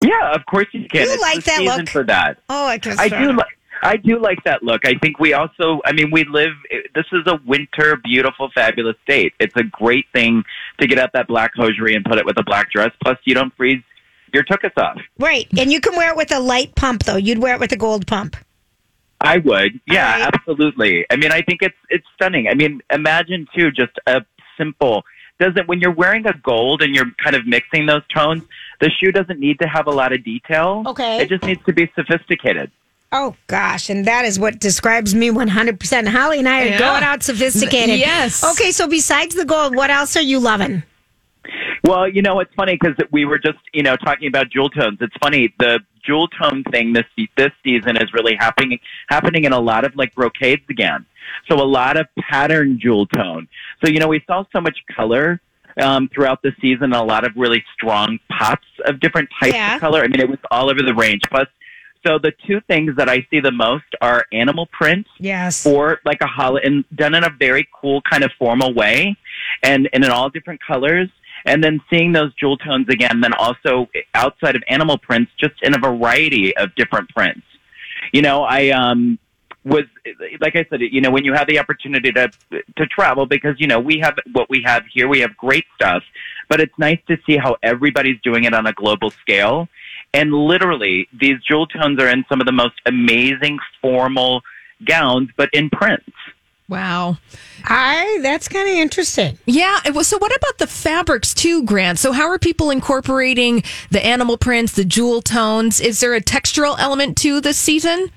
Speaker 16: Yeah, of course you can.
Speaker 18: You
Speaker 16: It's
Speaker 18: like
Speaker 16: the
Speaker 18: that
Speaker 16: season
Speaker 18: look?
Speaker 16: for that.
Speaker 2: Oh, I can.
Speaker 16: I do like. I do like that look. I think we also, I mean, we live, this is a winter, beautiful, fabulous state. It's a great thing to get out that black hosiery and put it with a black dress. Plus, you don't freeze your tuchus off.
Speaker 2: Right. And you can wear it with a light pump, though. You'd wear it with a gold pump.
Speaker 16: I would. Yeah, absolutely. I mean, I think it's it's stunning. I mean, imagine too just a simple doesn't when you're wearing a gold and you're kind of mixing those tones, the shoe doesn't need to have a lot of detail.
Speaker 2: Okay.
Speaker 16: It just needs to be sophisticated.
Speaker 2: Oh, gosh. And that is what describes me 100%. Holly and I are
Speaker 16: Yeah.
Speaker 2: going out sophisticated.
Speaker 16: Yes.
Speaker 2: Okay. So besides the gold, what else are you loving?
Speaker 16: Well, you know, it's funny because we were just, you know, talking about jewel tones. It's funny the jewel tone thing this this season is really happening happening in a lot of like brocades again. So a lot of pattern jewel tone. So you know, we saw so much color um, throughout the season. A lot of really strong pops of different types
Speaker 19: Yeah.
Speaker 16: of color. I mean, it was all over the range. Plus, so the two things that I see the most are animal print,
Speaker 2: yes,
Speaker 16: or like a hol- and done in a very cool kind of formal way, and, and in all different colors. And then seeing those jewel tones again, then also outside of animal prints, just in a variety of different prints. You know, I um, was like I said, you know, when you have the opportunity to to travel, because you know we have what we have here, we have great stuff, but it's nice to see how everybody's doing it on a global scale. And literally, these jewel tones are in some of the most amazing formal gowns, but in prints.
Speaker 3: Wow.
Speaker 2: I that's kind of interesting.
Speaker 3: Yeah. It was, so what about the fabrics too, Grant? So how are people incorporating the animal prints, the jewel tones? Is there a textural element to this season?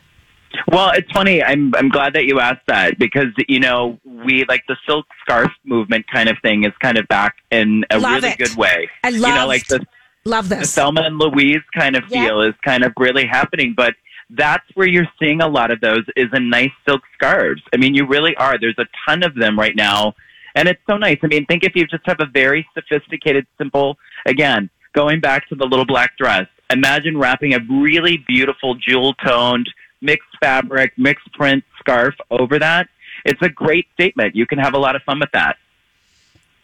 Speaker 16: Well, it's funny. I'm I'm glad that you asked that because you know we like the silk scarf movement kind of thing is kind of back in a
Speaker 2: Love
Speaker 16: really
Speaker 2: it.
Speaker 16: good way.
Speaker 2: I
Speaker 16: you know like the
Speaker 2: Love
Speaker 16: the
Speaker 2: this.
Speaker 16: Selma and Louise kind of
Speaker 2: Yeah.
Speaker 16: feel is kind of really happening, but that's where you're seeing a lot of those is in nice silk scarves. I mean, you really are. There's a ton of them right now, and it's so nice. I mean, think if you just have a very sophisticated, simple, again, going back to the little black dress, imagine wrapping a really beautiful jewel toned mixed fabric, mixed print scarf over that. It's a great statement. You can have a lot of fun with that.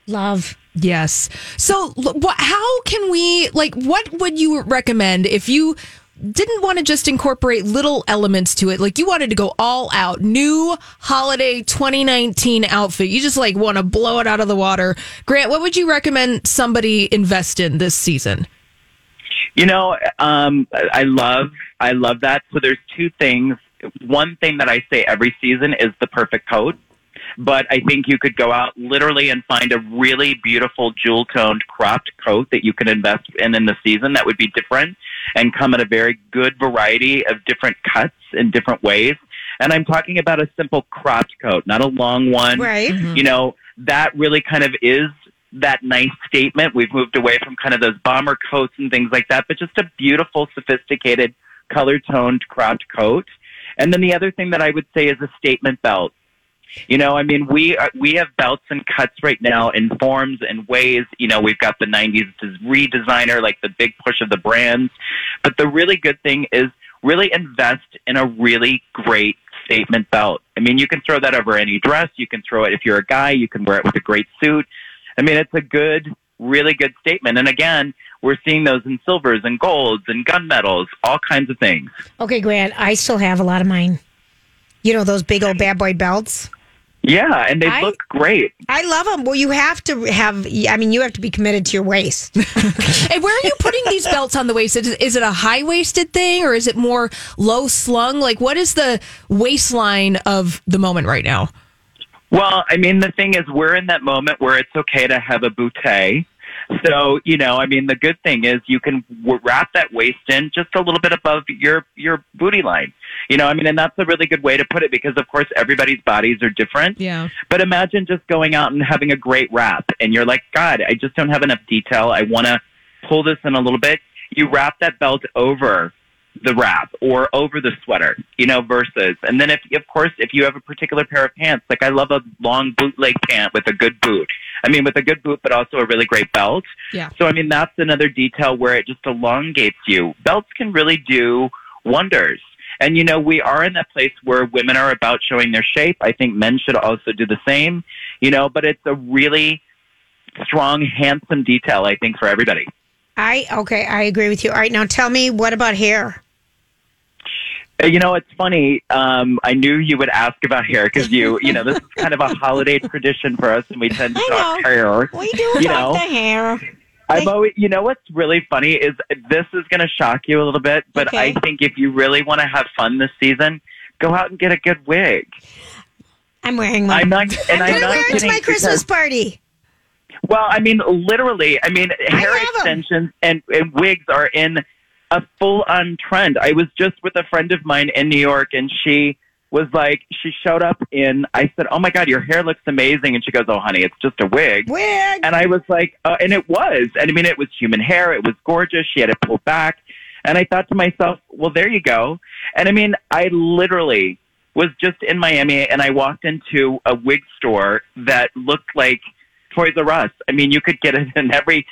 Speaker 2: Love.
Speaker 3: Yes. So, l- what, how can we, like, what would you recommend if you didn't want to just incorporate little elements to it? Like, you wanted to go all out, new holiday 2019 outfit. You just, like, want to blow it out of the water. Grant, what would you recommend somebody invest in this season?
Speaker 16: You know, um, I I love I love that. So there's two things. One thing that I say every season is the perfect coat, but I think you could go out literally and find a really beautiful jewel toned cropped coat that you can invest in in the season that would be different and come in a very good variety of different cuts in different ways. And I'm talking about a simple cropped coat, not a long one.
Speaker 2: Right.
Speaker 16: You know, that really kind of is that nice statement. We've moved away from kind of those bomber coats and things like that, but just a beautiful, sophisticated, color toned cropped coat. And then the other thing that I would say is a statement belt. You know, I mean, we are, we have belts and cuts right now in forms and ways. You know, we've got the '90s des- redesigner, like the big push of the brands. But the really good thing is really invest in a really great statement belt. I mean, you can throw that over any dress. You can throw it if you're a guy. You can wear it with a great suit. I mean, it's a good, really good statement. And again, we're seeing those in silvers and golds and gunmetals, all kinds of things.
Speaker 2: Okay, Grant, I still have a lot of mine. You know those big old bad boy belts?
Speaker 16: Yeah, and they
Speaker 2: I-
Speaker 16: look great.
Speaker 2: I love them. Well, you have to have, I mean, you have to be committed to your waist.
Speaker 3: And where are you putting these belts on the waist? Is, is it a high waisted thing or is it more low slung? Like, what is the waistline of the moment right now?
Speaker 16: Well, I mean, the thing is, we're in that moment where it's okay to have a bootay. So, you know, I mean, the good thing is you can w- wrap that waist in just a little bit above your, your booty line. You know, I mean, and that's a really good way to put it because, of course, everybody's bodies are different.
Speaker 3: Yeah.
Speaker 16: But imagine just going out and having a great wrap and you're like, God, I just don't have enough detail. I want to pull this in a little bit. You wrap that belt over the wrap or over the sweater, you know, versus. And then if, of course, if you have a particular pair of pants, like I love a long bootleg pant with a good boot. I mean, with a good boot, but also a really great belt.
Speaker 3: Yeah.
Speaker 16: So, I mean, that's another detail where it just elongates you. Belts can really do wonders. And, you know, we are in that place where women are about showing their shape. I think men should also do the same, you know, but it's a really strong, handsome detail, I think, for everybody.
Speaker 2: I, okay, I agree with you. All right, now tell me, what about hair?
Speaker 16: Uh, You know, it's funny. Um, I knew you would ask about hair because you, you know, this is kind of a holiday tradition for us, and we tend to talk hair.
Speaker 2: What do you
Speaker 16: You know,
Speaker 2: the hair?
Speaker 16: I've always, you know, what's really funny is this is going to shock you a little bit, but
Speaker 2: Okay.
Speaker 16: I think if you really want to have fun this season, go out and get a good wig.
Speaker 2: I'm wearing one.
Speaker 16: I'm not, and I'm,
Speaker 2: I'm
Speaker 16: not
Speaker 2: wear it to
Speaker 16: kidding
Speaker 2: my Christmas
Speaker 16: because-
Speaker 2: party.
Speaker 16: well, I mean, literally, I mean, hair extensions and, and wigs are in a full on trend. I was just with a friend of mine in New York, and she was like, she showed up in, I said, Oh my God, your hair looks amazing. And she goes, Oh, honey, it's just a wig.
Speaker 2: Wig.
Speaker 16: And I was like, uh, And it was. And I mean, it was human hair, it was gorgeous. She had it pulled back. And I thought to myself, Well, there you go. And I mean, I literally was just in Miami and I walked into a wig store that looked like Toys R Us. I mean, you could get it in every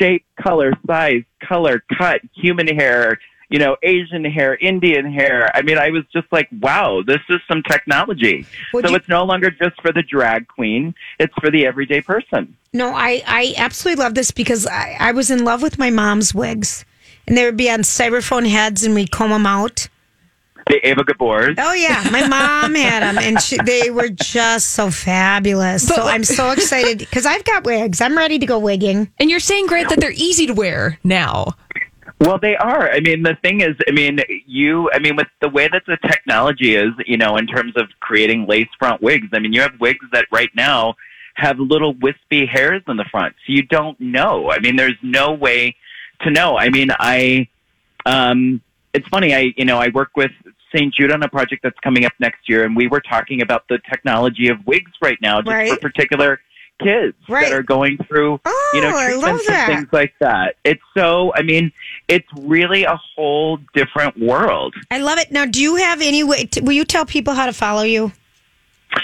Speaker 16: shape, color, size, color, cut, human hair, you know, Asian hair, Indian hair. I mean, I was just like, wow, this is some technology.
Speaker 2: Would
Speaker 16: so
Speaker 2: you-
Speaker 16: it's no longer just for the drag queen, it's for the everyday person.
Speaker 2: No, I, I absolutely love this because I, I was in love with my mom's wigs. And they would be on styrofoam heads and we'd comb them out.
Speaker 16: The Ava Gabors.
Speaker 2: Oh, yeah. My mom had them and she, they were just so fabulous. so I'm so excited because I've got wigs. I'm ready to go wigging.
Speaker 3: And you're saying, Grant, that they're easy to wear now.
Speaker 16: Well, they are. I mean, the thing is, I mean, you, I mean, with the way that the technology is, you know, in terms of creating lace front wigs, I mean, you have wigs that right now have little wispy hairs in the front. So you don't know. I mean, there's no way to know. I mean, I, um, it's funny. I, you know, I work with St. Jude on a project that's coming up next year, and we were talking about the technology of wigs right now, just for
Speaker 2: Right.
Speaker 16: particular kids
Speaker 2: Right.
Speaker 16: that are going through, you know,
Speaker 2: Oh, I love
Speaker 16: treatments
Speaker 2: that.
Speaker 16: and things like that. It's so, I mean, it's really a whole different world.
Speaker 2: I love it. Now, do you have any way? T- will you tell people how to follow you?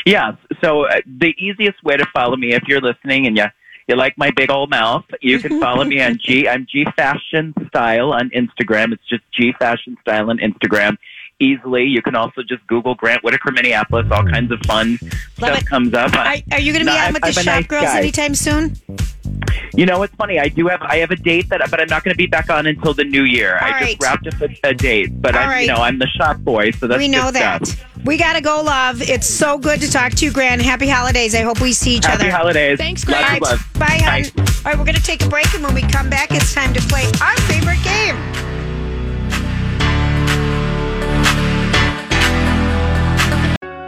Speaker 16: Yeah. So uh, the easiest way to follow me, if you're listening and you you like my big old mouth, you can follow me on G. I'm G Fashion Style on Instagram. It's just G Fashion Style on Instagram. Easily, you can also just Google Grant Whitaker Minneapolis. All kinds of fun stuff comes up.
Speaker 2: Are, are you going to be
Speaker 16: No,
Speaker 2: on
Speaker 16: I'm-
Speaker 2: with the
Speaker 16: I'm a
Speaker 2: Shop
Speaker 16: nice
Speaker 2: Girls
Speaker 16: guy.
Speaker 2: anytime soon?
Speaker 16: You know, it's funny. I do have I have a date that, but I'm not going to be back on until the new year. I
Speaker 2: right.
Speaker 16: just wrapped up a, a date, but
Speaker 2: All
Speaker 16: I'm you
Speaker 2: right.
Speaker 16: know I'm the shop boy, so that's
Speaker 2: we know
Speaker 16: good
Speaker 2: that.
Speaker 16: Stuff.
Speaker 2: We got to go, love. It's so good to talk to you, Gran. Happy holidays. I hope we see each
Speaker 16: Happy
Speaker 2: other.
Speaker 16: holidays. Thanks, Gran. Lots of
Speaker 2: All right. Bye,
Speaker 16: love.
Speaker 2: hon. All right, we're going to take a break, and when we come back, it's time to play our favorite game.